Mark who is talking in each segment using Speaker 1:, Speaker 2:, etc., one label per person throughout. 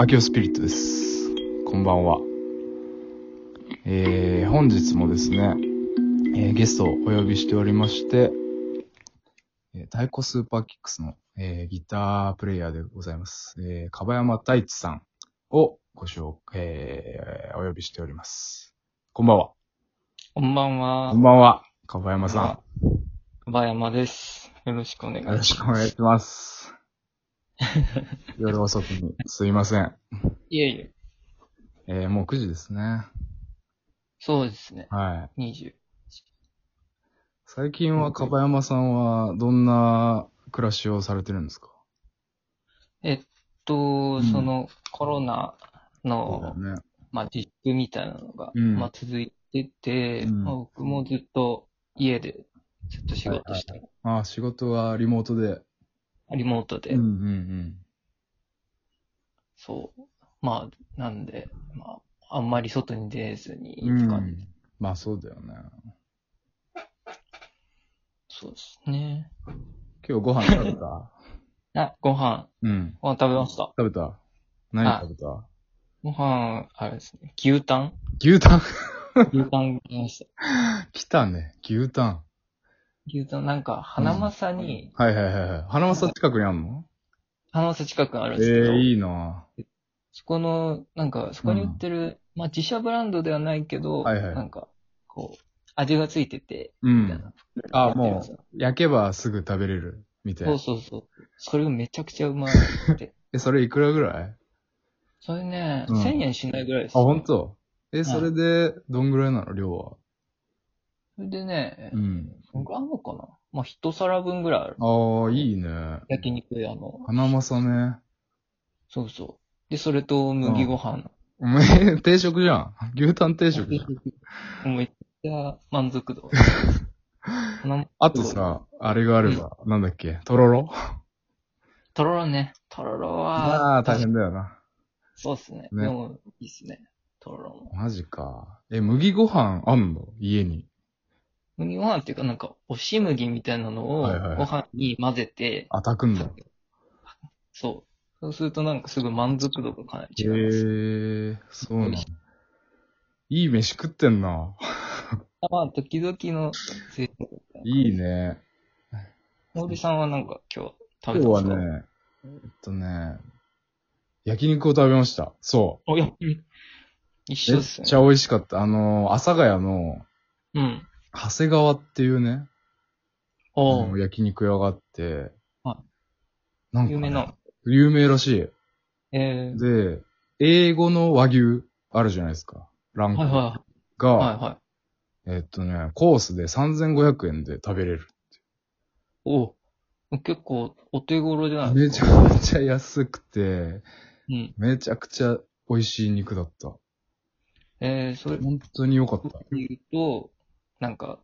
Speaker 1: アキオスピリットです。こんばんは。えー、本日もですね、えーゲストをお呼びしておりまして、えー太鼓スーパーキックスの、えーギタープレイヤーでございます。えー、かばやま太一さんをご紹介、えーお呼びしております。こんばんは。
Speaker 2: こんばんは。
Speaker 1: こんばんは。かばやまさ
Speaker 2: ん。ばやまです。よろしくお願い
Speaker 1: ん。
Speaker 2: し
Speaker 1: よ
Speaker 2: ま
Speaker 1: ろ
Speaker 2: す。
Speaker 1: しくお願いし ます。夜遅くにすいません。
Speaker 2: いえいえ。
Speaker 1: えー、もう9時ですね。
Speaker 2: そうですね。
Speaker 1: はい。
Speaker 2: 20。
Speaker 1: 最近は、かばやまさんは、どんな暮らしをされてるんですか
Speaker 2: えっ
Speaker 1: う
Speaker 2: と、
Speaker 1: ん
Speaker 2: そのコロナの、
Speaker 1: ね。
Speaker 2: まあ、自粛みたいなのが、
Speaker 1: うん
Speaker 2: まあ、続いてて、
Speaker 1: うん
Speaker 2: まあ、僕もずっと家でずっと仕事して、
Speaker 1: ああ、仕事はリモートで。
Speaker 2: リモートで、
Speaker 1: うんうん
Speaker 2: そう。まあ、なんで、まあ、あんまり外に出ずに、
Speaker 1: うん。
Speaker 2: って感じ
Speaker 1: ん。まあそうだよね。
Speaker 2: そうですね。
Speaker 1: 今日ご飯食べた
Speaker 2: あ、ご飯。
Speaker 1: うん。
Speaker 2: ご飯食べました。
Speaker 1: 食べた何食べた
Speaker 2: ご飯、あれですね。牛 タン
Speaker 1: 牛タン
Speaker 2: 牛タン食べました。
Speaker 1: 来たね。牛タン。
Speaker 2: 牛タン、なんか、花正に、
Speaker 1: はいはいはいはい。花正近くにあんの
Speaker 2: 花正近くにあるん
Speaker 1: え
Speaker 2: ですけど、
Speaker 1: えいいな
Speaker 2: そこの、なんか、そこに売ってる、まあ、自社ブランドではないけど、
Speaker 1: はいはい
Speaker 2: なんか、こう、味がついてて、
Speaker 1: う
Speaker 2: みたい
Speaker 1: ん。
Speaker 2: な。
Speaker 1: あ
Speaker 2: 売ってるやつ
Speaker 1: 焼けばすぐ食べれる。みたい
Speaker 2: そ
Speaker 1: な
Speaker 2: う。そうそう。それがめちゃくちゃうまく て。
Speaker 1: え、それいくらぐらい
Speaker 2: それね、
Speaker 1: うん
Speaker 2: 1000円しないぐらいです、
Speaker 1: あ、
Speaker 2: ね。
Speaker 1: ほんとえ、それで、どんぐらいなの量は。
Speaker 2: それでね、
Speaker 1: うん。
Speaker 2: 僕あんのかなまあ、一皿分ぐらいある。
Speaker 1: ああ、いいね。
Speaker 2: 焼肉で、あの、
Speaker 1: 花正ね。
Speaker 2: そうそう。で、それと麦ご飯。
Speaker 1: お前、 定食じゃん。牛タン定食じゃん。
Speaker 2: もうめっちゃ満 足度。花
Speaker 1: あとさ、あれがあれば、なんだっけ、とろろ
Speaker 2: とろろね。とろろは、
Speaker 1: ああ、大変だよな。
Speaker 2: そうっすね。
Speaker 1: ね
Speaker 2: でも、いいっすね。とろろも。
Speaker 1: マジか。え、麦ご飯あんの家に。
Speaker 2: 麦ご飯っていうか、なんか、押し麦みたいなのを、ご
Speaker 1: はいはいはい
Speaker 2: 飯に混ぜて、
Speaker 1: あ、炊くんだ。
Speaker 2: そう。そうするとなんかすごい満足度がかなり
Speaker 1: へえ
Speaker 2: 違います。
Speaker 1: ー、そうなんだ。いい飯食ってんな。
Speaker 2: まあ、時々の生活みたいな。
Speaker 1: いいね。
Speaker 2: 森さんはなんか今日食
Speaker 1: 今
Speaker 2: べ
Speaker 1: 日
Speaker 2: た
Speaker 1: は
Speaker 2: んですか
Speaker 1: ね、えっとね、焼肉を食べました。そ
Speaker 2: お、いや、うん一
Speaker 1: う。
Speaker 2: 緒
Speaker 1: め
Speaker 2: っ
Speaker 1: っ
Speaker 2: すね
Speaker 1: ち。ゃ美味しかった。あの、阿佐ヶ谷の、
Speaker 2: うん。
Speaker 1: 長谷川っていうね、
Speaker 2: お
Speaker 1: あの
Speaker 2: う
Speaker 1: 焼肉屋があって、
Speaker 2: は
Speaker 1: なんかね
Speaker 2: 有名な。
Speaker 1: 有名らし
Speaker 2: え
Speaker 1: い。で、英語の和牛あるじゃないですか。ラン
Speaker 2: ー、
Speaker 1: ク
Speaker 2: はいは
Speaker 1: が、
Speaker 2: い。はいはい。
Speaker 1: えっとね、コースで3500円で食べれる。
Speaker 2: おう結構、お手頃じゃない
Speaker 1: め
Speaker 2: です
Speaker 1: ち
Speaker 2: か。
Speaker 1: ゃくちゃ安くて、
Speaker 2: うん。
Speaker 1: めちゃくちゃ美味しい肉だった。
Speaker 2: えー、それ、
Speaker 1: 本当に良かった。
Speaker 2: 言うと、なんか、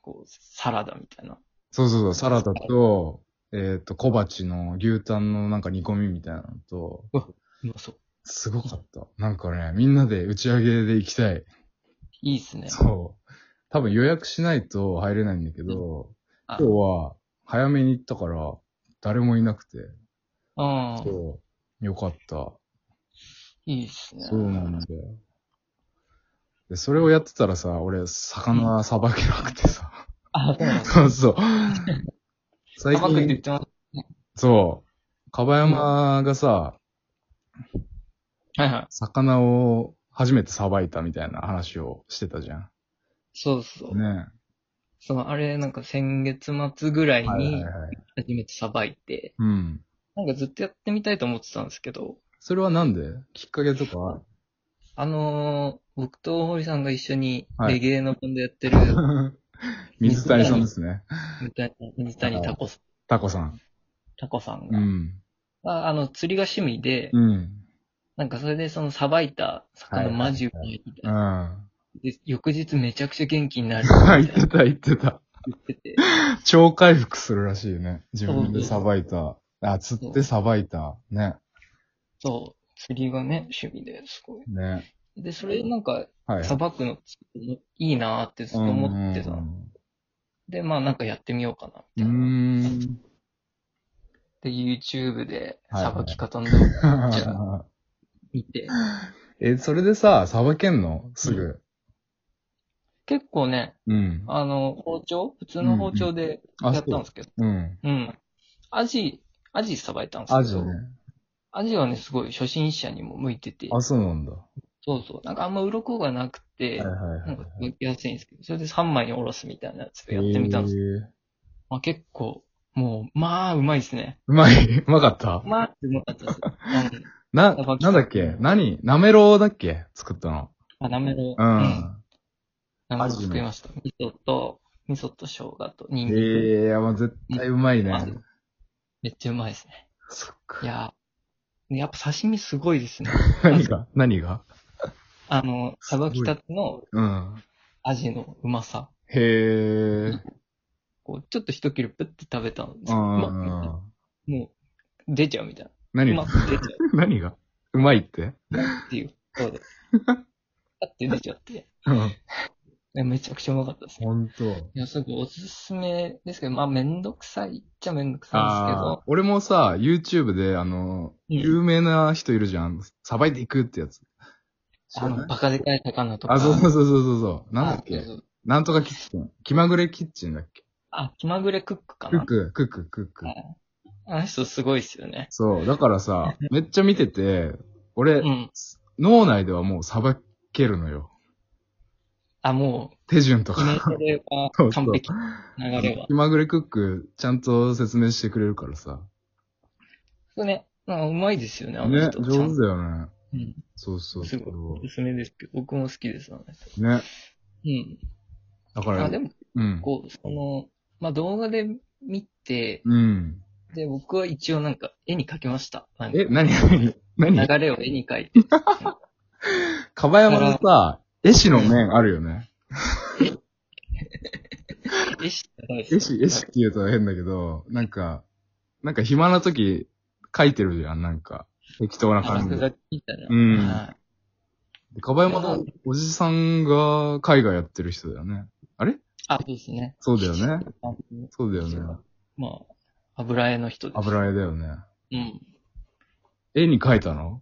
Speaker 2: こう、サラダみたいな。
Speaker 1: そうそうそう、サラダと、えっ、と、小鉢の牛タンのなんか煮込みみたいなのと、
Speaker 2: うまそう。
Speaker 1: すごかった。なんかね、みんなで打ち上げで行きたい。
Speaker 2: いいっすね。
Speaker 1: そう。多分予約しないと入れないんだけど、
Speaker 2: あ
Speaker 1: 今日は早めに行ったから、誰もいなくて、
Speaker 2: ああ、
Speaker 1: そう。よかった。
Speaker 2: いいっすね。
Speaker 1: そうなんだよ。で、それをやってたらさ、俺、魚さばけなくてさ。
Speaker 2: あ、そうなんです。
Speaker 1: そう そう。最
Speaker 2: 甘く言っ
Speaker 1: 近、
Speaker 2: てま
Speaker 1: そう。かばやまがさ、
Speaker 2: す。はいはい。
Speaker 1: 魚を初めてさばいたみたいな話をしてたじゃ
Speaker 2: そうそう。
Speaker 1: ん。ね
Speaker 2: そのあれ、なんか先月末ぐらい
Speaker 1: え。はいはい
Speaker 2: に
Speaker 1: はい。
Speaker 2: 初めてさばいて、
Speaker 1: うん。
Speaker 2: なんかずっとやってみたいと思ってたんですけど、
Speaker 1: それはなんできっかけとかある
Speaker 2: あのー、僕と堀さんが一緒に
Speaker 1: はい
Speaker 2: レゲエのバンドやってる、
Speaker 1: 水谷さんですね。
Speaker 2: みたいな、水谷タコさん、
Speaker 1: タコさん。
Speaker 2: タコさん
Speaker 1: う
Speaker 2: が、
Speaker 1: ん。
Speaker 2: ああの、釣りが趣味で、
Speaker 1: うん。
Speaker 2: なんかそれでそのさばいた魚マジうまいみたいな。
Speaker 1: うん。
Speaker 2: で翌日めちゃくちゃ元気になるみた
Speaker 1: 言
Speaker 2: い
Speaker 1: っ
Speaker 2: な
Speaker 1: てた言ってた。
Speaker 2: 言ってて。
Speaker 1: 超回復するらしいね。自分でさばいた。あ、釣ってさばいた。ね。
Speaker 2: そう、釣りがね、趣味ですごい。
Speaker 1: ね。
Speaker 2: で、それなんか、
Speaker 1: はい。
Speaker 2: さばくのいいなーってずっと思ってた。で、まあなんかやってみようかな、み
Speaker 1: う
Speaker 2: たいな。
Speaker 1: ん。うーん
Speaker 2: で、YouTube で
Speaker 1: はいはい
Speaker 2: さばき方の動画見ちゃう、見て。
Speaker 1: え、それでさ、さばけんのすぐ。
Speaker 2: 結構ね、
Speaker 1: うん。
Speaker 2: あの、包丁普通の包丁でや
Speaker 1: あ、
Speaker 2: った
Speaker 1: そ
Speaker 2: ん
Speaker 1: う
Speaker 2: で。すけど。
Speaker 1: うん。
Speaker 2: うん。アジ、アジさばいたんですけど。
Speaker 1: アジね。
Speaker 2: アジはね、すごい初心者にも向いてて。
Speaker 1: あ、そうなんだ。は
Speaker 2: そうそう。なんかあんま鱗がなく
Speaker 1: い
Speaker 2: て、
Speaker 1: はい
Speaker 2: な
Speaker 1: は
Speaker 2: ん
Speaker 1: い
Speaker 2: か。抜きやすいんですけど、それで3枚におろすみたいなやつ
Speaker 1: へ
Speaker 2: でやってみたんです。
Speaker 1: ー
Speaker 2: まあ結構、もう、まあ、うまいですね。
Speaker 1: うまい、うまかった
Speaker 2: まあ、うまかった です。うん
Speaker 1: な、
Speaker 2: さばき
Speaker 1: なんだっけ何なめろうだっけ作ったの。
Speaker 2: まあ、なめろ
Speaker 1: う。
Speaker 2: う。うんなめろう作りました。味噌と、味噌と生姜と人
Speaker 1: え
Speaker 2: 参。
Speaker 1: えー、まあ絶対うまいね
Speaker 2: ま。ずめっちゃうまいですね。
Speaker 1: そっ
Speaker 2: い
Speaker 1: か。
Speaker 2: やー、やっぱ刺身すごいですね。
Speaker 1: 何が何が
Speaker 2: あの、さばきたての
Speaker 1: うん。
Speaker 2: アジのうまさ。
Speaker 1: へえ。
Speaker 2: こう、ちょっと一切れプッて食べたんです
Speaker 1: う
Speaker 2: けど、まあ
Speaker 1: ん。
Speaker 2: もう、出ちゃうみたいな。
Speaker 1: 何
Speaker 2: うま
Speaker 1: が
Speaker 2: く出ちゃ
Speaker 1: 何がうまいって
Speaker 2: うっていう。そうです。 パッて出ちゃって。
Speaker 1: うん。
Speaker 2: いやめちゃくちゃうまかったですね。
Speaker 1: ほんと。
Speaker 2: いや、すごいおすすめですけど、まあ、めんどくさいっちゃめんどく
Speaker 1: ああ
Speaker 2: さ、
Speaker 1: 俺もさ、YouTube で、あの、
Speaker 2: いんですけど、
Speaker 1: 有名な人いるじゃん。さばいていくってやつ。
Speaker 2: うん、あの、バカでかい魚とか。
Speaker 1: あ、そうそうそうそうそう。
Speaker 2: あ
Speaker 1: なんだっけ
Speaker 2: そうそう
Speaker 1: なんとかキッチン。気まぐれキッチンだっけ
Speaker 2: あ、気まぐれクックか
Speaker 1: クッ
Speaker 2: な。
Speaker 1: ク、クック、クック
Speaker 2: は。いあの人すごいっすよね。
Speaker 1: そう。だからさ、めっちゃ見てて、俺
Speaker 2: う、ん。
Speaker 1: 脳内ではもうさばけるのよ。
Speaker 2: あ、も
Speaker 1: 手順と
Speaker 2: う、イメ
Speaker 1: か。
Speaker 2: ージでは
Speaker 1: そうそう
Speaker 2: 完璧。流れは。
Speaker 1: 気まぐれクック、ちゃんと説明してくれるからさ。
Speaker 2: そうね。うんうまいですよね、あの
Speaker 1: ね、
Speaker 2: 人。ちゃん
Speaker 1: 上手だよね。
Speaker 2: うん。
Speaker 1: そうそう
Speaker 2: す
Speaker 1: そ
Speaker 2: ごいうお。すすめですけど、僕も好きです、あの人。
Speaker 1: ね。
Speaker 2: うん。
Speaker 1: だか
Speaker 2: あ、
Speaker 1: ら
Speaker 2: で、も、
Speaker 1: うん。
Speaker 2: こう、その、まあ、動画で見て、
Speaker 1: うん。
Speaker 2: で、僕は一応なんか、絵に描きました。なん
Speaker 1: え、
Speaker 2: か
Speaker 1: 何何何
Speaker 2: 流れを絵に描いて。
Speaker 1: かばやまのさ、絵師の面あるよね。
Speaker 2: 絵師ってないです
Speaker 1: 絵師、絵師って言うと変だけど、なんか、なんか暇な時、書いてるじゃん、なんか。適当な感じ
Speaker 2: 落
Speaker 1: で。
Speaker 2: 書きみたいな。
Speaker 1: うん
Speaker 2: は
Speaker 1: でかばやまのおじさんが海外やってる人だよね。
Speaker 2: いあ、そうですね。
Speaker 1: そうだよね。そうだよね。
Speaker 2: まあ、油絵の人です。
Speaker 1: 油絵だよね。
Speaker 2: うん。
Speaker 1: 絵に描いたの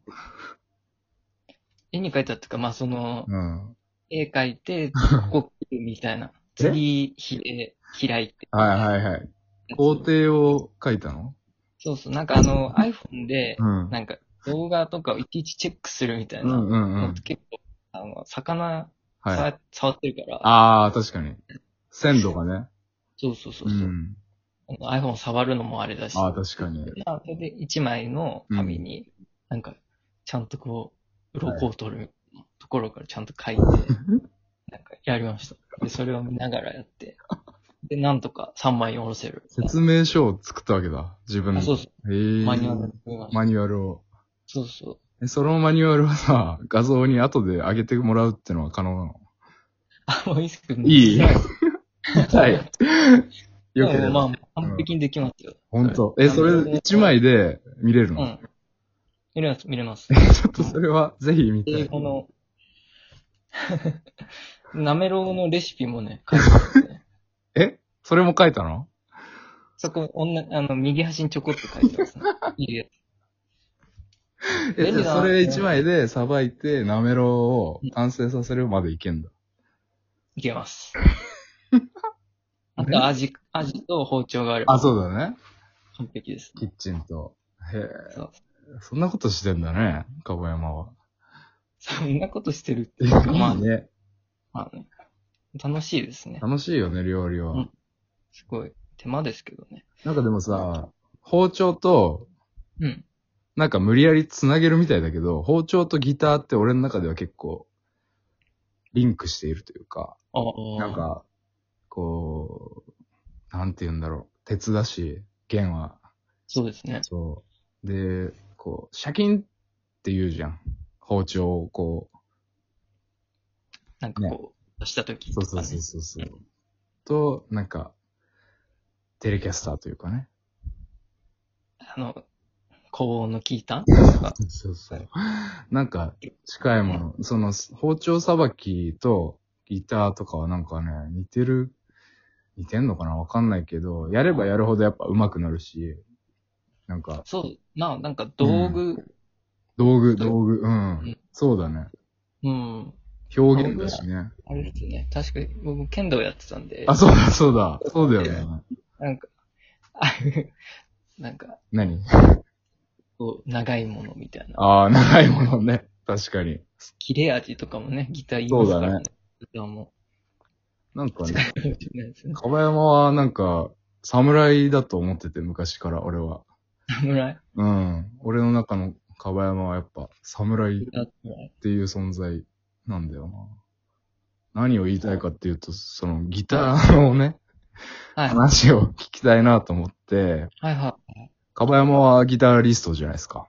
Speaker 2: 絵に描いたっていうか、まあその、
Speaker 1: うん。
Speaker 2: 絵描い て、ここ来るみたいな。
Speaker 1: え
Speaker 2: 次、ひで、開いて。
Speaker 1: はいはいはい。工程を描いたの
Speaker 2: そうそう。なんかあの、iPhone で、
Speaker 1: うん。
Speaker 2: なんか動画とかをいちいちチェックするみたいうな。
Speaker 1: んうんうん。
Speaker 2: 結構、あの、魚、
Speaker 1: はい。
Speaker 2: さ触ってるから。
Speaker 1: ああ、確かに。鮮度がね。
Speaker 2: そうそうそう
Speaker 1: う
Speaker 2: そう、
Speaker 1: ん。
Speaker 2: あの iPhone 触るのもあれだし。
Speaker 1: ああ、確かに。
Speaker 2: まあ、それで一枚の紙に、なんか、ちゃんとこう、鱗を取るところからちゃんと書いて、なんかやりました。で、それを見ながらやって、で、なんとか3枚に下ろせる。
Speaker 1: 説明書を作ったわけだ。自分
Speaker 2: あ
Speaker 1: の。
Speaker 2: そうそ
Speaker 1: へ
Speaker 2: う、
Speaker 1: え。
Speaker 2: マニュアルを作りました。
Speaker 1: マニュアルを。
Speaker 2: そうそう。
Speaker 1: えそのマニュアルはさ、画像に後で上げてもらうってのは可能なの
Speaker 2: あ、もういいですけど、
Speaker 1: いい
Speaker 2: はい。
Speaker 1: はい。よけ
Speaker 2: で
Speaker 1: れ
Speaker 2: も
Speaker 1: ば。
Speaker 2: まあ、完璧にできますよ。
Speaker 1: ほんと。え、それ1枚で見れる
Speaker 2: う
Speaker 1: の
Speaker 2: ん。見れます、見れま す。
Speaker 1: ちょっとそれはぜひ見た
Speaker 2: で、
Speaker 1: い。
Speaker 2: この、 なめろうのレシピもね、書いてあるんでね。
Speaker 1: えそれも書いたの
Speaker 2: そこ、女、あの、右端にちょこっと書いてますね。いいや
Speaker 1: え、
Speaker 2: 便利
Speaker 1: じ
Speaker 2: だ
Speaker 1: ゃあ
Speaker 2: な
Speaker 1: それ1枚でさばいて、なめろうを完成させるまでいけんだ。
Speaker 2: いけ ます。あと、味、味と包丁があれば
Speaker 1: あ、そうだね。
Speaker 2: 完璧です。
Speaker 1: キッチンと。へえ。
Speaker 2: そう
Speaker 1: そんなことしてんだね、かご山は。
Speaker 2: そんなことしてるっていうか、まあ
Speaker 1: いい、ね。
Speaker 2: まあね、楽しいですね。
Speaker 1: 楽しいよね、料理は。
Speaker 2: うんすごい。手間ですけどね。
Speaker 1: なんかでもさ、包丁と
Speaker 2: うん。
Speaker 1: なんか無理やり繋げるみたいだけど、包丁とギターって俺の中では結構、リンクしているというか、
Speaker 2: ああ。
Speaker 1: なん。か、こう、なんて言うんだろう。鉄だし、弦は。
Speaker 2: そうですね。
Speaker 1: そう。で、こう、シャキンって言うじゃん。包丁をこ
Speaker 2: なんかこう、出した時
Speaker 1: う、
Speaker 2: と
Speaker 1: そう
Speaker 2: か
Speaker 1: そう
Speaker 2: ね。
Speaker 1: そうそうそう。と、なんか、テレキャスターというかね。
Speaker 2: あの、高音の効いたなんか
Speaker 1: そうそう。なんか、近いもの。その、包丁さばきとギターとかはなんかね、似てる、似てんのかなわかんないけど、やればやるほどやっぱ上手くなるし、なんか、
Speaker 2: そう、まあなんか道具
Speaker 1: 道具、道具、う
Speaker 2: うん
Speaker 1: ん。そうだね。
Speaker 2: うん。
Speaker 1: 表現だしね。
Speaker 2: あれですね。確かに、僕、剣道やってたんで、
Speaker 1: あ、そうだ、そうだ。そうだよね。
Speaker 2: なんか、ああいうなんか、
Speaker 1: 何
Speaker 2: こう、長いものみたいな。
Speaker 1: ああ、長いものね。 確かに。切
Speaker 2: 切れ味とかもね、ギター言いますから
Speaker 1: そうだ
Speaker 2: ね。ギターも
Speaker 1: なんか
Speaker 2: 使
Speaker 1: ね、
Speaker 2: えるかもしれないですね。
Speaker 1: かばやまはなんか、侍だと思ってて、昔から俺は。
Speaker 2: 侍
Speaker 1: うん。俺の中のかばやまはやっぱ、侍
Speaker 2: だって
Speaker 1: っていう存在なんだよな。何を言いたいかっていうと、そのギターのね、
Speaker 2: はい。はい
Speaker 1: 話を聞きたいなと思って、
Speaker 2: はい。
Speaker 1: かばやまはギタリストじゃないですか。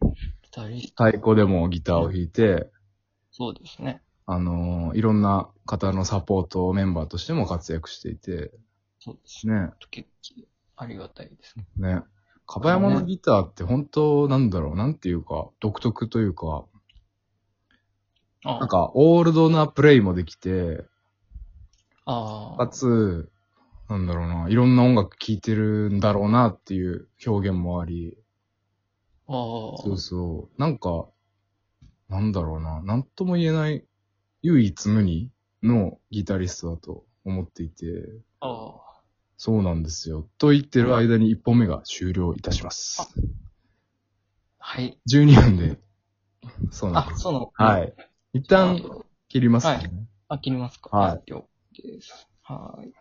Speaker 2: ギタリスト
Speaker 1: 太鼓でもギターを弾いて、
Speaker 2: そうですね。
Speaker 1: あのーいろんな方のサポートメンバーとしても活躍していて、
Speaker 2: そうですね。
Speaker 1: ね、
Speaker 2: 結構ありがたいですね。
Speaker 1: ね。かばやまのギターって本当なんだろう、なんていうか、独特というか、
Speaker 2: あ
Speaker 1: なんかオールドなプレイもできて、
Speaker 2: あ
Speaker 1: かつ、なんだろうな、いろんな音楽聴いてるんだろうなっていう表現もあり、
Speaker 2: あー
Speaker 1: そうそう、なんか、なんだろうな、なんとも言えない、唯一無二のギタリストだと思っていて、
Speaker 2: あー。
Speaker 1: そうなんですよ。と言ってる間に1本目が終了いたします。
Speaker 2: はい。
Speaker 1: 12分で、そうなん
Speaker 2: あ
Speaker 1: で、す。
Speaker 2: そうなの。
Speaker 1: はいい。一旦切りますね。
Speaker 2: はいあ、切りますか
Speaker 1: はい
Speaker 2: 了解です。はーい。